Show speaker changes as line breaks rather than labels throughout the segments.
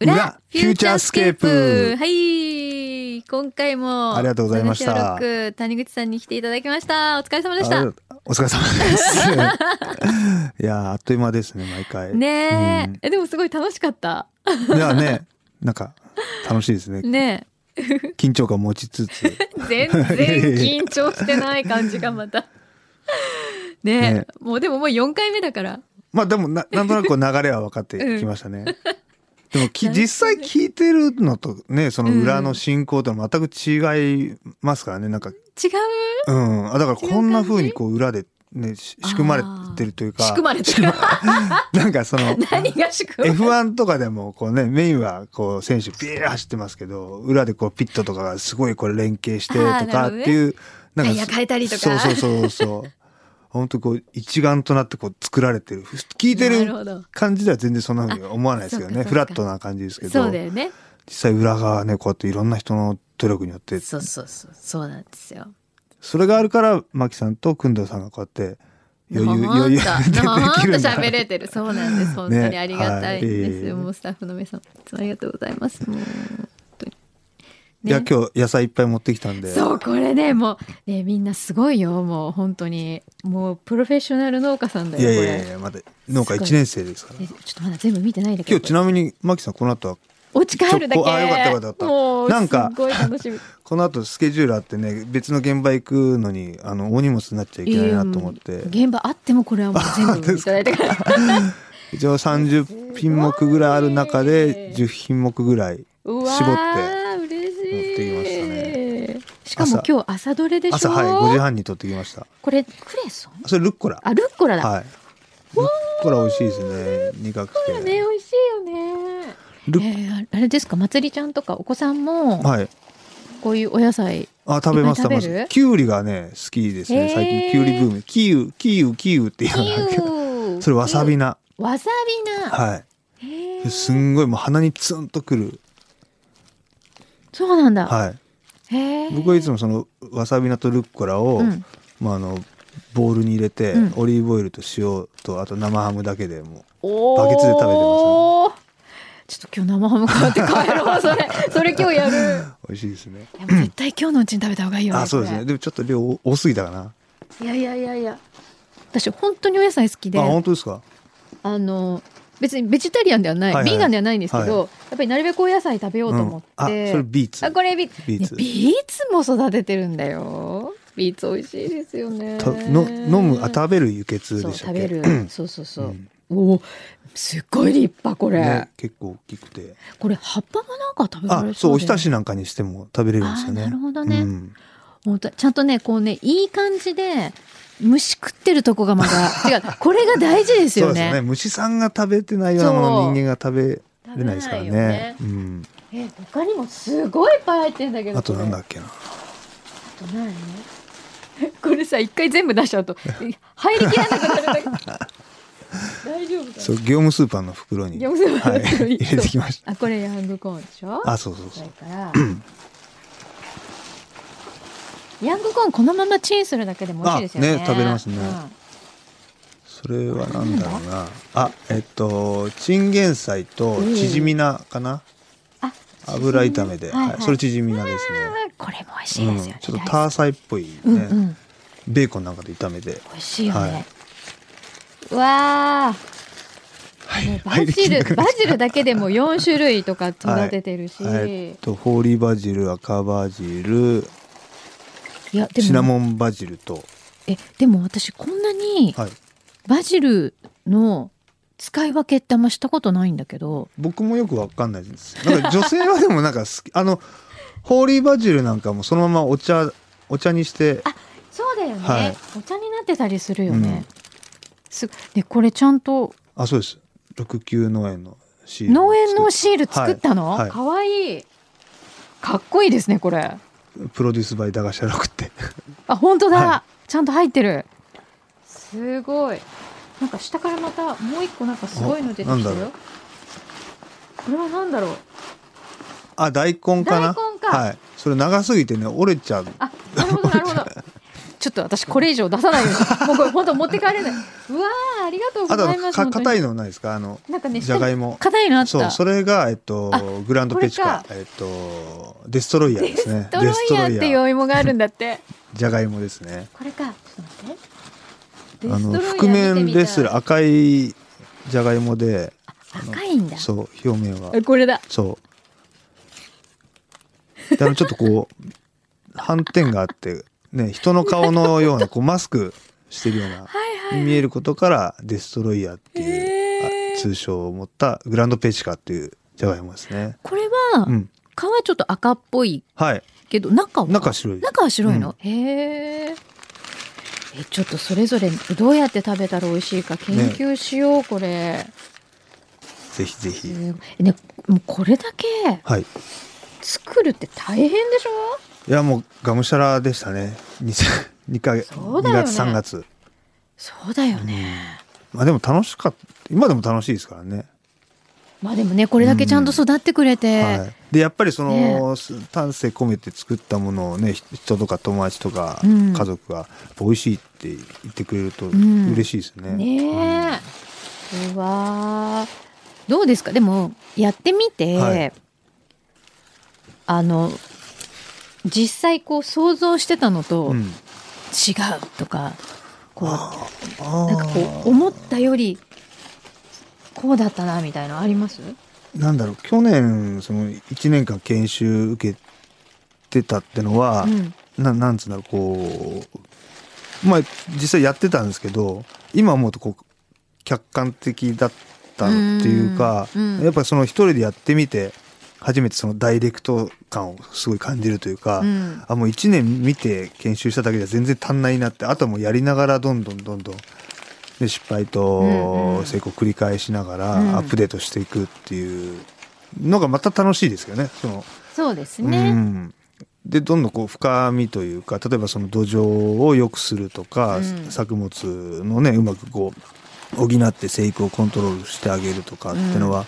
チャースケープ
はい今回も
ありがとうございました
ロック谷口さんに来ていただきましたお疲れ様でし
あ
た
お疲れ様です。 いやー、あっという間ですね、毎回。
ねえ、
うん
えでもすごい楽しかった
いやね、なんか、楽しいですね。
ね
緊張感持ちつつ。
え全然緊張してない感じがまたねえ
ね
もうでももう4回目だから
まあでもな、なんとなくこう流れは分かってきましたね。 でもき、
なんとなく
実際聞いてるのとね、その裏の進行とは全く違いますからね、なんか、
違う
うん。あだから
違う感じ
こんな風にこう裏でね、し仕組まれてるというか。
仕組まれてる
なんかそ の、
何が仕組まれてる
F1 とかでもこうね、メインはこう選手ビーッ走ってますけど、裏でこうピットとかがすごいこれ連携してと
あーな
か
るほ
っ
どね
ていう、
タ
なん
イヤ変えたりとか
そうそうそうそう。本当こう一丸となってこう作られてる。ふ聞いて
なるほど
る感じでは全然そんな風に思わないですけど
あ
ね。
そうかそうか
フラットな感じですけど。
そうだよね
実際裏側はね、こうやっていろんな人の努力によって、
そうそうそうそうなんですよ
それがあるから、マキさんと工藤さんがこうやって余裕、
ほんと
余裕で
ほんと
できるんだ
喋れてる。そうなんです。本当に
ね
ありがたいです。
はい
もうスタッフの皆さん、いつもありがとうございます。もう本当に。
いや、今日野菜いっぱい持ってきたんで。
そう、これね、もう、ね、みんなすごいよ。もう本当に。もうプロフェッショナル農家さんだ
い
よ、
や
こ
い
れ。
やいや、まだ農家1年生ですから
え。ちょっとまだ全部見てないんだけ
今
ど。
日ちなみに、マキさん、この後は、
お家帰るだけ。
ちょこあよかったよかった
もう、
なんか
すごい楽しみ。
この後スケジュールあってね、別の現場行くのに、あの、大荷物になっちゃいけないなと思って、
いや現場あってもこれはもう全部いただいてから。
一応30品目ぐらいある中で、10品目ぐらい、
うわ
絞っ
ー嬉しい。
持ってきました
ね。しかも今日朝どれでしょ
朝、はい、5時半に取ってきました。
これクレソン
それ、ルッコラ。
あルッコラだ、
はい。ルッコラ美味しいですね。苦く
ね
て。
美味しいよね
ルッ
えーあれですかまつりちゃんとかお子さんも
はい。
こういうお野菜
あ、食べます、
いっ
食
ぱい
べま
食べる
す。キュウリがね、好きです
へ
ね。
ー
最近、キュウリブーム。キウ、キウ、キウって言わないけど。
ー
それ、わさび菜。
わさびな、
はい。
へー
すんごいもう鼻にツンとくる。
そうなんだ、
はい。
へー
僕はいつもそのわさび菜とルッコラを、
うん
まああのボウルに入れて、
うん
オリーブオイルと塩とあと生ハムだけでも
お
バケツで食べてますね
おーちょっと今日生ハム買って帰ろうそれ それ今日やる
う美味しいですね。
いやもう絶対今日のうちに食べた方がいいよね
あそうです
こ
ね。
れ
でもちょっと量多多すぎたかな。
いやいやいやいや私本当にお野菜好きで
あ本当ですか。
あの別にベジタリアンではない、
はいはい
ビーガンではないんですけど、
は
やっぱりなるべくお野菜食べようと思っ
あそ
て、
れビーツ。
あこれビ
ビ
ビ
ー
ー
ツ
ツビーツも育ててるんだよビーツ美味しいですよね
との飲むあ食べる輸血
そ
で
う
した
食べ
っけ。
るそうそうそう、おおすっごい立派これ、
ね結構大きくて。
これ葉っぱもなんか食べら
あ
れ
そうお
だ
ひ
よ
たしなんかにしても食べれるんですよね。
あなるほどね
うん
本当ちゃんとねこうねいい感じで虫食ってるとこがま だ違うこれが大事です
そう
よ
ですよね。
ね
虫さんが食べてないようなもの
そう
人間が食べれないですから
食べないよ
ね
ね。
うん。
え他にもすごいいっぱい入ってんだけど
あとなんだ
こ
っけな。
れあと何 これさ一回全部出しちゃうと 入りきらなくなるんだけど 大丈夫かな
そう業務スーパーの袋に
業務スーパーの袋に
はい、入れてきました
あこれヤングコーンでしょ
あそうそう
そ
そ
れ
う
からヤングコーンこのままチンするだけでも美味しいですよね
あね食べれますね
うん
それはなんだろうなあえっとチンゲン菜と縮みなかな、
あ
油炒めで、
はい
はい
はい
それ縮みなです
あ
ね
ーこれも美味しいですよ
う
ね
ん、ちょっとタ
大
ーサイっぽいね、
好きうんうん
ベーコンなんかで炒めて
美味しいよね、
はいう
わー
はい
ねバジ
入りき
ル、
んな
バ
くなっ
ジルだけでも4種類とか
ちゃう
育ててるし、
はい
い
えっとホーリーバジル赤バジル
やで
シナ
も
モンバジルと
えでも私こんなに
はい
バジルの使い分けってあんましたことないんだけど、
僕もよくわかんないです。なんか女性はでもなんか好き、あの、ホーリーバジルなんかもそのままお茶、お茶にして、
そうだよね、
はい
お茶になってたりするよね。すでこれちゃんと
あ、そうです。六級農園のシール。
農園のシール作ったの？
はいはい
かわいい。かっこいいですねこれ。
プロデュースバイ駄菓子屋六って。
あ本当だ、
は
ちゃんと入ってる。すごい。なんか下からまたもう一個なんかすごいの出てきた
おなんだ
よ
ろう。
これはなんだろう。
あ、大根かな
大根か
はい。それ長すぎてね、折れちゃう。
あなるほどなるほど。ちょっと私これ以上出さないよ うにもうこれ本当持って帰れないうわーありがとうご
あと
ざ
あ
いま
の
す
か硬い
の
のないですかあの
なんかね
じゃがいも
硬いのあった
そうそれがえっと
あ
グランドペチカ
こ
えっとデストロイヤーですね
ドロイヤーっていうお芋があるんだって
じゃがいもですね
これかちょっと待って
あの
デス
覆
トロイヤー見て
面
みたい
ですら赤いじゃがいもで
赤いんだ
そう表面は
あこれだ
そうであのちょっとこう斑点があってね人の顔のようなこうマスクしてるようなに見えることからデストロイヤーっていう
へー
あ通称を持ったグランドペチカっていうじゃがいもですね
これ
う
は
ん
皮ちょっと赤っぽい
はい
けど中は
中白い
中は白いの、へーえちょっとそれぞれどうやって食べたら美味しいか研究しよう、これ
ぜひぜひ
えーねもうこれだけ
はい
作るって大変でしょ
いやもうがむしゃらでしたね 2, 2か月
そう
2
だよね
月3月
そうだよね、
まあでも楽しかった今でも楽しいですからね
まあでもねこれだけちゃんと育ってくれて、
はい、でやっぱりその、丹精込めて作ったものをねひ人とか友達とか
うん
家族がやっぱ美味しいって言ってくれると
ん
嬉しいですね。
ねえ、うわーどうですかでもやってみて、
はい
あの実際こう想像してたのと
う
違うんとか、こう
あ
なんかこう
ー
思ったよりこうだったなみたいなのあります
なんだろう去年その1年間研修受けてたってのは、
うん
ななんつうんだろうこうまあ実際やってたんですけど今思うとこう客観的だったっていうか、
うんうん
やっぱその一人でやってみて初めてそのダイレクト感をすごい感じるというか、
うん
あもう1年見て研修しただけじゃ全然足んないなってあとはもうやりながらどんどんどんどん。で失敗
うんう
と
ん
成功を繰り返しながら
うん
アップデートしていくっていうのがまた楽しいですよね。その
そうです
う
ね。
ん、でどんどんこう深みというか例えばその土壌を良くするとか、
うん
作物のねうまくこう補って生育をコントロールしてあげるとかっていうのは、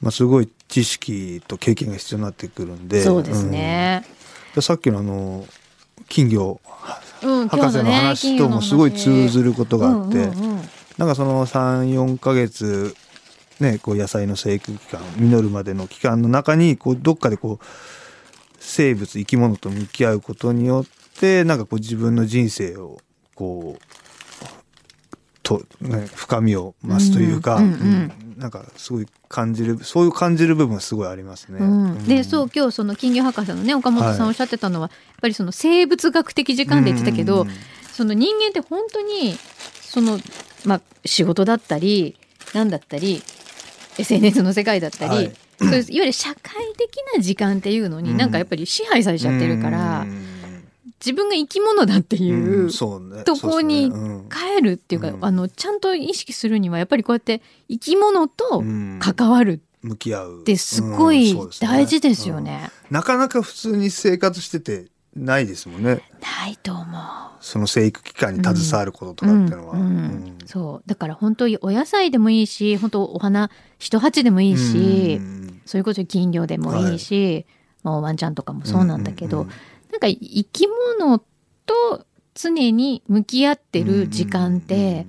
まあ、すごい知識と経験が必要になってくるんで
そうです、ね。
うんでさっきのあの金魚
うん、今日
博士
の
の
ね、
話ともすごい通ずることがあって、なんかその34ヶ月ねこう野菜の生育期間実るまでの期間の中にこうどっかでこう生物生き物と向き合うことによってなんかこう自分の人生をこうと、ね、深みを増すというか、
うんうんうん
うんなんかすごい感じるそういう感じる部分はすごいありますね。
うん、でそうう今日その金魚博士のね岡本さん
はい
おっしゃってたのは、やっぱりその生物学的時間で言ってたけど、
うんうんうん
その人間って本当にその、まあ、仕事だったり何だったり SNS の世界だったり、
はい
い、そういういわゆる社会的な時間っていうのに、
うん
なんかやっぱり支配されちゃってるから、
うん
自分が生き物だっていう。
んそうね
とこに
そうですねうん
帰るっていうか、
うん
あのちゃんと意識するにはやっぱりこうやって生き物と
うん
関わる
向き合う
ってすごい
うんそうですね
大事ですよ
うん
ね。
なかなか普通に生活しててないですもんね
ないと思う。
その生育期間に携わることとかっていうのは。
うんうん
うん
そうだから本当にお野菜でもいいし本当お花一鉢でもいいし、
うん
そういうこと金魚でもいいし、まあ、ワンちゃんとかもそうなんだけど、
うんうん
なんか生き物と常に向き合ってる時間って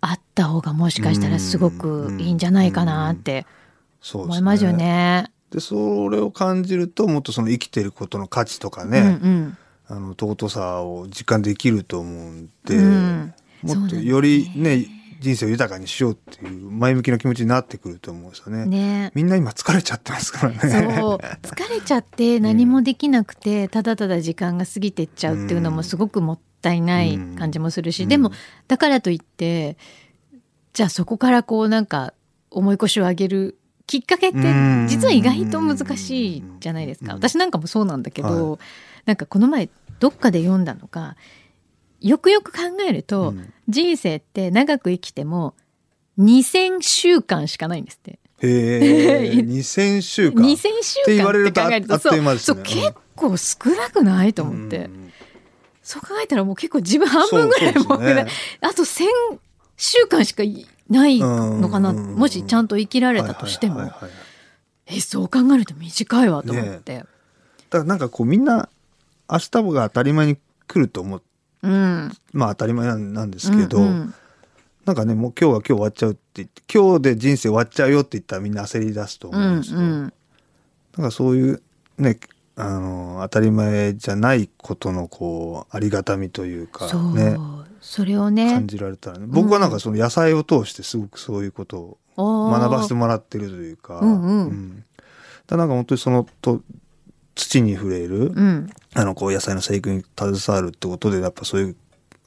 あった方がもしかしたらすごくいいんじゃないかなって
そうです
思いますよね。
でそれを感じるともっとその生きてることの価値とかね、
うん
あの尊さを実感できると思うんで、
うん
もっとよりね人生を豊かにしようっていう前向きな気持ちになってくると思うんですよ
う
ね。
ん、ね
みんな今疲れちゃってますからね。
そう疲れちゃって何もできなくて、ただただ時間が過ぎてっちゃうっていうのもすごくもったいない感じもするし、
うん
で
う
も
ん
だからといってじゃあそこからこうなんか重い腰を上げるきっかけって
うん
実は意外と難しいじゃないですか、
うん
私なんかもそうなんだけど、なんかこの前どっかで読んだのかよくよく考えると、
うん
人生って長く生きても2,000週間しかないんですって。
へ え、2000週間。
2000週
って言
間
われ
って
ると
考
あ
えると
あっという間です
そ
ね
うそう結構少なくないと思って、
うん
そう考えたらもう結構自分半分ぐらい
そう
も
そう
う、
ですね
あと1,000週間しかいないのかな、
うん
もしちゃんと生きられたとしても、
はいはいはいはい
えそう考えると短いわと思って、
だからなんかこうみんな明日が当たり前に来ると思っ
うん
まあ当たり前なんなんですけど、
うんうん
なんかねもう今日は今日終わっちゃうって言って今日で人生終わっちゃうよって言ったらみんな焦り出すと思
う
うん
ん
ですけど、
うん
なんかそういうねあの当たり前じゃないことのこうありがたみというか
そう、
ね
それをね
感じられたらね僕はなんかその野菜を通してすごくそういうことを学
学
ばせてもらってるというか、
うんうん
だからなんか本当にそのと土に触れ
う
る、
ん
あのこう野菜の生育に携わるってことでやっぱそういう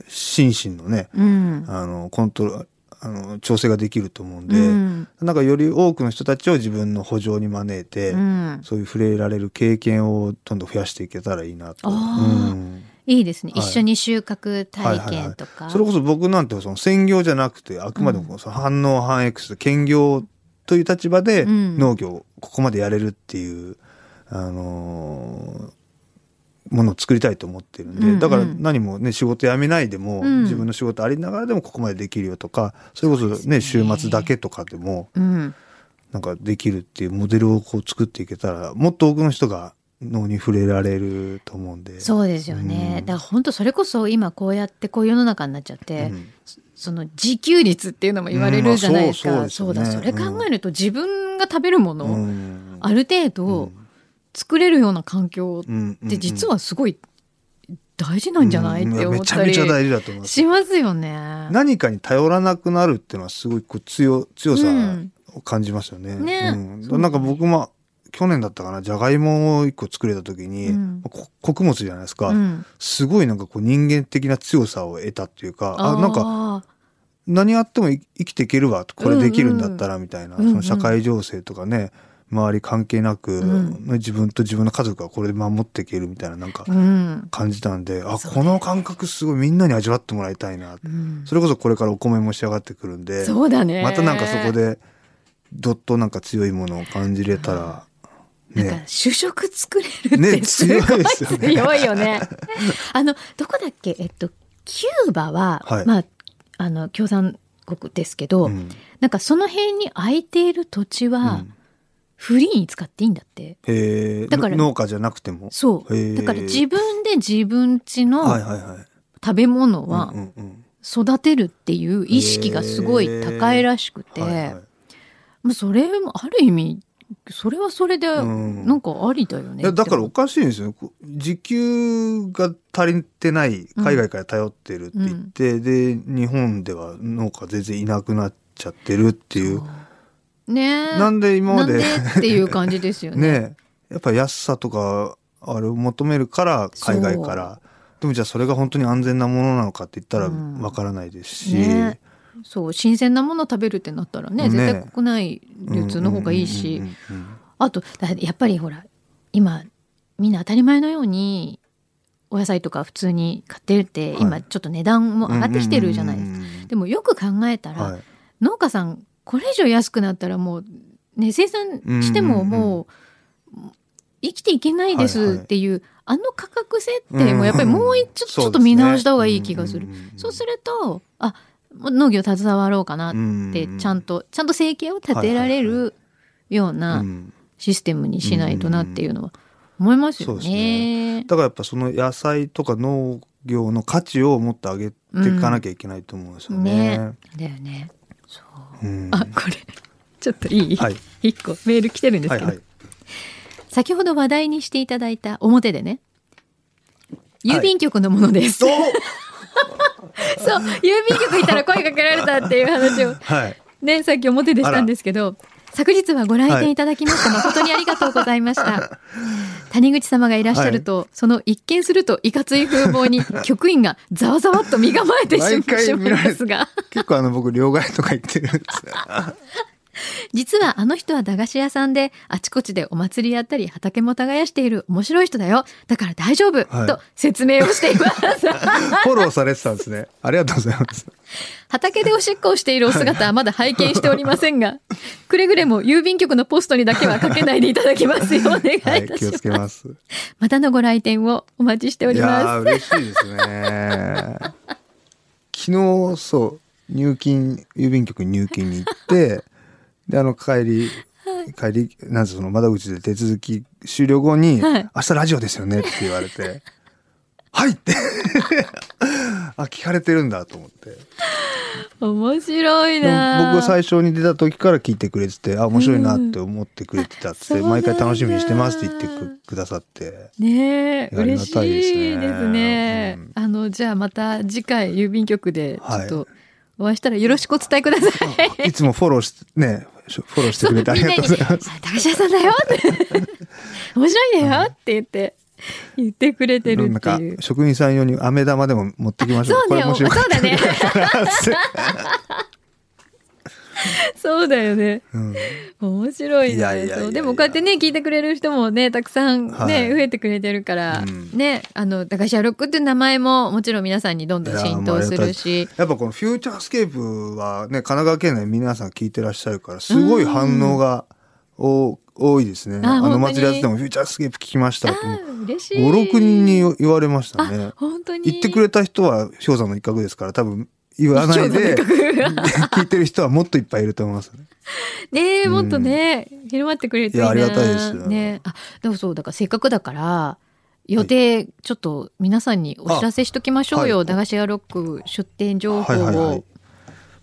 心身のね
うん
あのコントロあの調整ができると思うんで、
うん
なんかより多くの人たちを自分の補助に招いて、
うん
そういう触れられる経験をどんどん増やしていけたらいいな
あ
と。
ー
うん
いいですね、
はい
一緒に収穫体験とか、
それこそ僕なんてその専業じゃなくてあくまでもその反応反 X 兼業という立場で
うん
農業をここまでやれるっていう、あのーものを作りたいと思ってるんで、
うんうん
だから何もね仕事辞めないでも、
うん
自分の仕事ありながらでもここまでできるよとかそれこそ
すね
ね週末だけとかでも
うん
なんかできるっていうモデルをこう作っていけたらもっと多くの人が脳に触れられると思うんで。
そうですよね、
うん
だから本当それこそ今こうやってこう世の中になっちゃって、
うん
その自給率っていうのも言われるじゃないです
うん
か、
まあ
そ
そううそうですよね
だそれ考えると自分が食べるもの
う
を
ん
ある程度作れるような環境
うんうんうん
って実はすごい大事なんじゃない、
う
っ
ん
て
や
思った
め
り
ちゃめちゃ大事だと思います
しますよね。
何かに頼らなくなるっていうのはすごいこう強強さ
うん
を感じますよね。
ね
うん
そう
なんか僕も去年だったかなじゃがいもを一個作れた時に、
うん
こ穀物じゃないですか、
うん、
すごいなんかこう人間的な強さを得たっていうかあ
ー
なんか何あってもい生きていけるわこれできるんだったらみたいな、
うんうん
その社会情勢とかね周り関係なく、
うん
自分と自分の家族はこれで守っていけるみたいななんか
うん
感じたんで、あ
そうね
この感覚すごいみんなに味わってもらいたいなって
うん
それこそこれからお米も仕上がってくるんで、
そうだね
またなんかそこでどっとなんか強いものを感じれたら、
なんか
ね
主食作れるっ
ね
てすごい
強いですよね
強いよね。 あのどこだっけえっとキューバは、
はい
まああの共産国ですけど、
うん
なんかその辺に空いている土地
う
は
ん
フリーに使っていいんだって。
へえ
だから
の農家じゃなくても
そ
へ
う
ー
だから自分で自分家
はい
の
はいはい
食べ物は
うんうん
育てるっていう意識がすごい高いらしく
うんはい
て
はい
もうそれもある意味それはそれで
うん
なんかありだよね
いやだから
っ
お
て
かしいんですよこう時給が足りてない海外から頼ってるって言って、で日本では農家全然いなくなっちゃってるってい
思
う
うねえ
なんで今まで
なんでっていう感じですよね。
ねえやっぱ安さとかあれを求めるから海外からでもじゃあそれが本当に安全なものなのかって言ったら
うん
わからないですし、
ねそう新鮮なもの食べるってなったらね
ね
絶対国内流通の方がいいし、
うんうんうんうん
あとだやっぱりほら今みんな当たり前のようにお野菜とか普通に買ってるって、
は
今
い
ちょっと値段も上がってきてるじゃないですか。
うんうんうんうん
でもよく考えたら、
はい
農家さんこれ以上安くなったらもう、ね、生産してももう、生きていけないで
はいは
す
い
っていう、あの価格設定もやっぱりもう一ちょ,、ち
ん
ょっと見直した方がいい気がする。。そうす
る
るとあもう農業携わろうかなってちゃん
と
とちゃんと生計を立てられ
はいは
るようなシステムにしないとなっていうのは思いますよ
そうです
ね。
だからやっぱその野菜とか農業の価値をもっと上げていかなきゃいけないと思うんですよね。
ねだよね。そう
うん
あこれちょっといい、
はい
一個メール来てるんです
は
け
い
ど、
はい。
先ほど話題にしていただいた表でね郵便局のものです、
ど
そう郵便局行ったら声かけられたっていう話を
はい。
ね、さっき表でしたんですけど、昨日はご来店いただきました。誠にありがとうございま した。谷口様がいらっしゃると、その一見するといかつい風貌 に局員がざわざわっと身構えてしま
毎回
しま
見
い
ら
ま
れる
すが、
結構あの僕両替とか行ってるんです よ。
実はあの人は駄菓子屋さんで、あちこちでお祭りやったり畑も耕している面白い人だよ。だから大丈夫、
はい
と説明をしています。
フォローされてたんですね。ありがとうございます。
畑でおしっこをしているお姿はまだ拝見しておりませんが、くれぐれも郵便局のポストにだけはかけないでいただきますようお願いいたします。
はい、気をつけます。い
またのご来店をお待ちしておりま
やー
す。
嬉しいですね。昨日そう入金郵便局に入金に行 って、であの帰り。帰りなんせその窓口で手続き終了後に「
はい
明日ラジオですよね」って言われて「はい!」って あ聞かれてるんだと思って
面白い
でも
な
僕が最初に出た時から聞いてくれててあ面白いなって思ってくれてたっつって、
うんあそうなん
毎
だ
回楽しみにしてますって言ってくくださって
ねえ
あり
嬉
が
した
いですね
いですね、
うん
あのじゃあまた次回郵便局でちょっ
は
とお会いしたらよろしくお伝えくださ い、
いつもフォローしてねフォローしてくれてありがとうございます
そう みんなにあ高島さんだよって面白いんだよって言って言ってくれてるっ
なん
て
か
いう。
職員さん用に飴玉でも持ってきましょう。
そう
こ
ね
れ面白かった
そうだねそうだよね
うん
面白い
いや
ね
いやいやいや
そうでもこうやってね聞いてくれる人もねたくさんね、
はい
増えてくれてるから、
うん
ねあの駄菓子屋ロックっていう名前ももちろん皆さんにどんどん浸透するし
やっぱこのフューチャースケープはね神奈川県内皆さん聞いてらっしゃるからすごい反応がお多いですね。
あ
あ
本当
の
に
祭りやっててもフューチャースケープ聞きまし
あ
たって。
ー嬉しい
五六人に言われましたね
あ。本当に
言ってくれた人は氷山の一角ですから多分言わないで聞いてる人はもっといっぱいいると思い ますね。
ねえもっとね、広まってくれるといいない
やありがたいです
ねあでもそうだからせっかくだから予定ちょっと皆さんにお知らせしときましょうよ、
はい
駄菓子屋ロック出店情報
は
を、
いはいはい。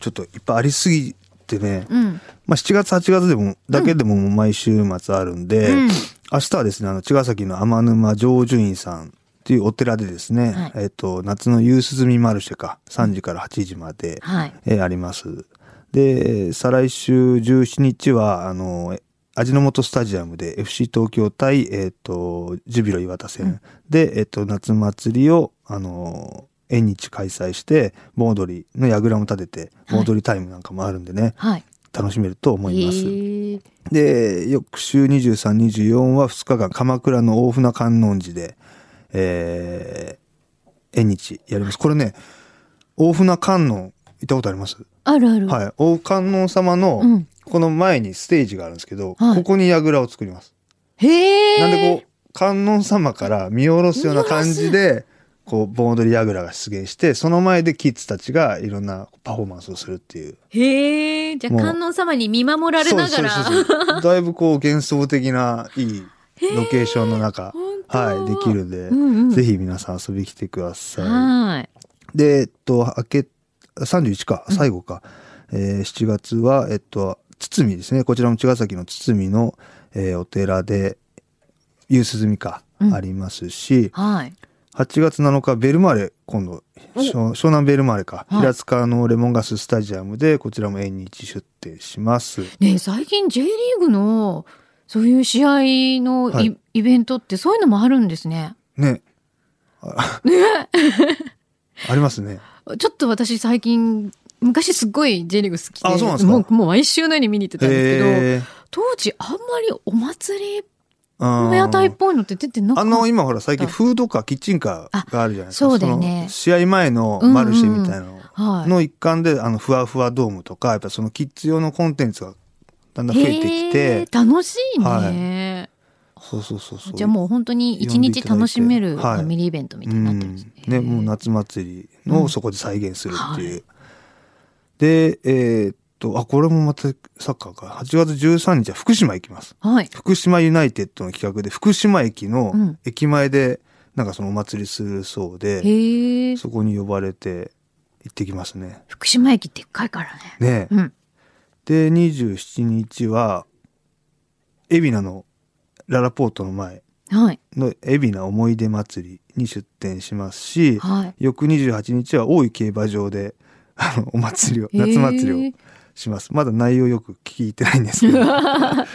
ちょっといっぱいありすぎてね。
うん
まあ、7月8月でもだけでももう毎週末あるんで、
うん
明日はですねあの茅ヶ崎の天沼常住院さんっていうお寺でですね、
はい
えっと夏の夕涼みマルシェか3時から8時まで、
はい
えーありますで再来週17日はあのえ味の素スタジアムで FC 東京対、えっとジュビロ磐田戦で、えっと夏祭りをあの縁日開催して盆踊りの櫓も立てて盆踊りタイムなんかもあるんでね、
はい
楽しめると思います。
えー
で、翌週23、24は2日間、鎌倉の大船観音寺で、えー、縁日やります。これね、大船観音、行ったことあります
あるある、
はい。大観音様
う
の
ん、
この前にステージがあるんですけど、
はい
ここに櫓を作ります。
へえ
なんでこう、観音様から見下ろすような感じで、こう、盆踊り櫓が出現して、その前でキッズたちがいろんなパフォーマンスをするっていう。
へえじゃあ
もう
観音様に見守られながら
そうそうそうそうだいぶこう幻想的ないいロケーションの中、はい、できるんで、
うんうん
ぜひ皆さん遊びに来てくださ
はい
い。で、えっと、明け、31か、最後か、えー7月は、えっと、堤ですね、こちらも茅ヶ崎の堤の、えーお寺で、夕涼みか、
うん
ありますし、
はい
8月7日ベルマーレ今度
お
湘湘南ベルマーレか、
はい
平塚のレモンガススタジアムでこちらも縁日出店します。
ねえ最近 J リーグのそういう試合のイ,、
はい
イベントってそういうのもあるんですね。
ね。 あありま すね。
ちょっと私最近昔すっごい J リーグ好きで
あそうなんですか
もうもう毎週のように見に行ってたんですけど
へえ。
当時あんまりお祭り
あ
の屋台っぽいのって出てなか
あ
った
の、今ほら最近フードカー、キッチンカーがあるじゃないですか。
あそうだよね
の試合前のマルシェみたいなの
はい、
の一環で、あの、ふわふわドームとか、やっぱそのキッズ用のコンテンツがだんだん増えてき
へえ
て、
楽しいね、
そうそうそうそう。
じゃあもう本当に一日楽しめるファミリーイベントみたいになってるんですね。
うんね、もう夏祭りのそこで再現するっていう。で、えーっと、あ、これもまたサッカーか。8月13日は福島行きます。
はい
福島ユナイテッドの企画で福島駅の
うん
駅前でなんかそのお祭りするそうで、
へえ
そこに呼ばれて行ってきますね。
福島駅でっかいからね。
ねえ
うん
で27日は海老名のララポートの前
はい
の海老名思い出祭りに出店しますし
はい。
翌28日は大井競馬場であのお祭りを夏祭りを
へえ
します。まだ内容よく聞いてないんですけど。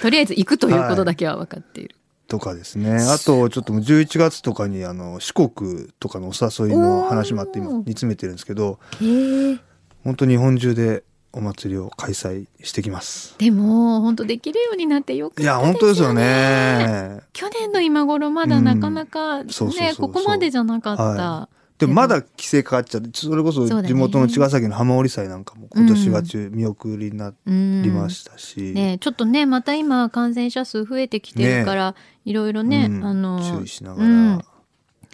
とりあえず行くということだけは分かっている。
とかですね。あと、ちょっともう11月とかに、あの、四国とかのお誘いの話もあって、今、
おー
煮詰めてるんですけど、
へえ。
本当日本中でお祭りを開催してきます。
でも本当できるようになってよかった
いや、本当ですよ。ね。
去年の今頃まだなかなかね
そうそうそうそう
ここまでじゃなかった。
はでもまだ規制かかっちゃって、それこそ
そうだね
地元の茅ヶ崎の浜織祭なんかも今年は中、見送りにな
うん
りましたし、
ねちょっとねまた今感染者数増えてきてるから、いろいろね、
うん
あの
注意しながら、
うん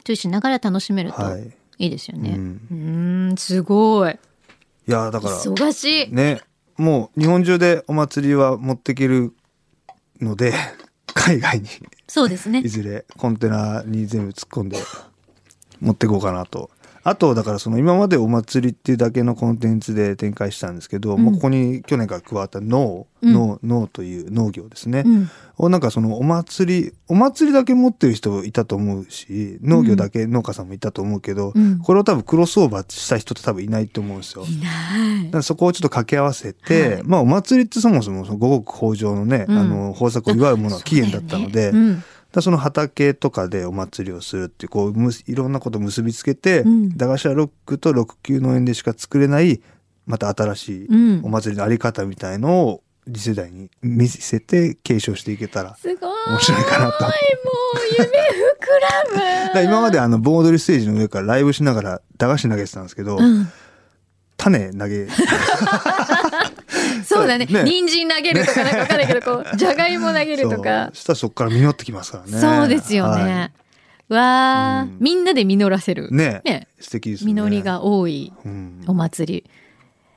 注意しながら楽しめると
はい。
いいですよね。
う
うん
ん、
んすごい
いや、だから、
忙しい。
ね、もう日本中でお祭りは持ってけるので、 海外に。
そうですね
い。ずれコンテナに全部突っ込んで持っていこうかなとあとだからその今までお祭りっていうだけのコンテンツで展開したんですけど、
うん
もうここに去年から加わった農
うん
農農という農業ですね、
うん
をなんかそのお祭りお祭りだけ持ってる人いたと思うし農業だけ農家さんもいたと思うけど、
うん
これを多分クロスオーバーした人って多分いないと思うんですよ。
いない
だからそこをちょっと掛け合わせて、
はい
まあお祭りってそもそもその五穀豊穣のね、
うん
あの豊作を祝うものは起源だったの
そ
で、
うだよね
だからその畑とかでお祭りをするっていうこうむすいろんなことを結びつけて、
うん
駄菓子屋ロックと六級農園でしか作れないまた新しい
うんう
お
ん、
祭りのあり方みたいのを次世代に見せて継承していけたら。
すごい
面白いかなと
もう夢膨ら
だ
む
から今 まであの盆踊りステージの上からライブしながら駄菓子投げてたんですけど、
う
種 投げ
ん、そうだね
ね
人参投げるとかなんかわかんないけどこ うじゃがいも投げるとか
そうしたらそこから実ってきますから
そう,、
ね
ですよね、
は
わあ、
うん
みんなで実らせる
いね
ね
素敵ですね
実りが多い
うん
お祭り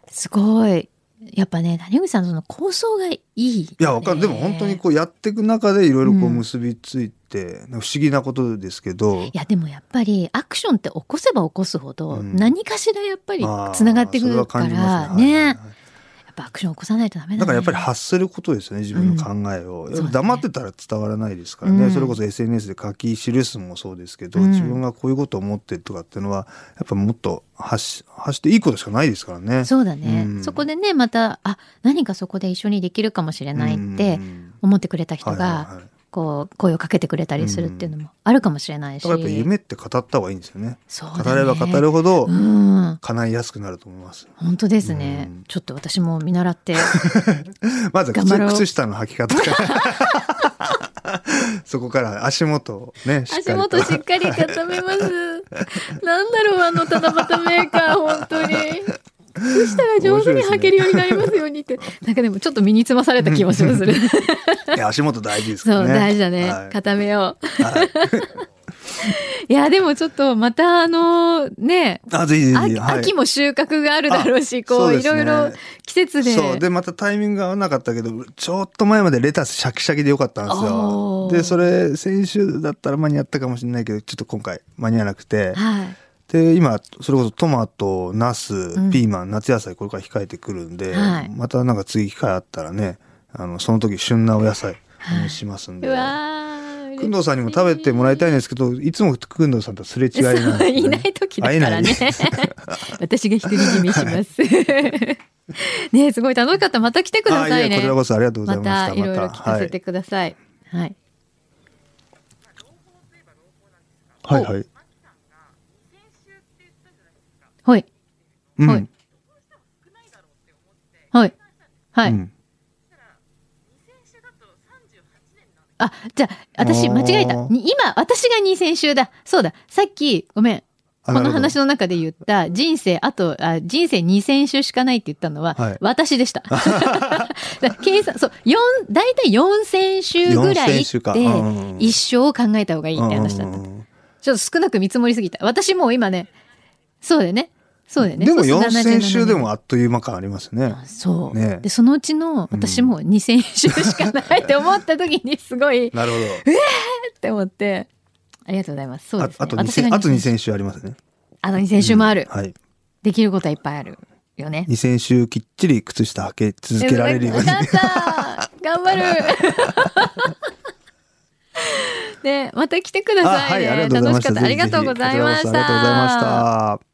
すごいやっぱね谷口さんその構想がいい、
いやわかるでも本当にこうやっていく中でいろいろこう結びついて、なんか不思議なことですけど
いやでもやっぱりアクションって起こせば起こすほど
うん
何かしらやっぱり
あー
つながってく
それ
る
は
か
感じま
ら
すね
ね
はいはい
や
はい
っぱアクション起こさないとダメだね
だからやっぱり発することですよね自分の考えを、
ん
やっぱ黙ってたら伝わらないですから
そう
ね、
ですね
それこそ SNS で書き記すのもそうですけど、
うん
自分がこういうことを思ってるとかっていうのはやっぱもっと発し発していいことしかないですからね。
そうだね、
うん
そこでねまたあ何かそこで一緒にできるかもしれないって思ってくれた人
うんはい
が
はいはい
こう声をかけてくれたりするっていうのもあるかもしれない
だか
し、
らやっぱ夢って語った方がいいんですよね。
そうだね
語れば語るほど
うん
叶いやすくなると思います。
本当ですね、
うん
ちょっと私も見習って
まず
頑張ろう
靴靴下の履き方からそこから足元をねしっ か
足
りと
元しっかり固め ます。なんだろう、あの七夕メーカー、本当に。靴下が上手に履けるようになりますようにって、なんかでもちょっと身につまされた気もしまする。
いや足元大事ですか
そ
ら
う、
ね。
大事だね、
はい
固めよう。 いや、でもちょっとまたあの、ね、
あぜひぜひ、
あ秋も収穫があるだろうし、こ
そうう
い
です
ろ
ね
いろ季節で。
そうでまたタイミングが合わなかったけどちょっと前までレタスシャキシャキでよかったんです
お
よ
ー
でそれ先週だったら間に合ったかもしれないけどちょっと今回間に合わなくて
はい。
で今それこそトマトナス
ん
ピーマン、夏野菜これから控えてくるんで、
はい
またなんか次機会あったらねあのその時旬なお野菜お願いしますん
う
で、
わー
くんどうさんにも食べてもらいたいんですけどいつもくんどうさんとすれ違いなん ですよ
そう
ね
いない時だからね
会えない
私が独り占めしますねえすごい楽しかったまた来てくださ
あ
い
いや
ね
こちらこそありがとうござ
ま
いました
たいろいろ聞かせてくださいはい、
はいはいはい、
はい、
うん
はいはいはい、
うん
あじゃあ私間違えた
おー
に今私が2000週だそうださっきごめん
あ
こ
なる
の
ほど
話の中で言った人生あとあ人生2000週しかないって言ったのは、
はい
私でした だから計算そう四大体4000週ぐらいっ
4000
て
週かうん
一生を考えた方がいいって話だった、
うんうんうん
ちょっと少なく見積もりすぎた私もう今ねそうだよねそうだよね
でも
そうすると77
4000週でもあっという間感ありますね。
そう、
ね
でそのうちの私も2000週しかないって思った時にすごい
なるほ
って思って。ありがとうございます。そう
ど。
です
あ
ね。
あと
私が
2000あと2000週ありますね。
あと2000週もある、
はい。
できることはいっぱいあるよね。
2000週きっちり靴下履け続けられるように。
よかった頑 張るね、また来てくださいね。
あはい、ありがと
楽
うございま
し
した。
かった。ありがとうございました。
ぜひぜひこちらこそありがとうございました。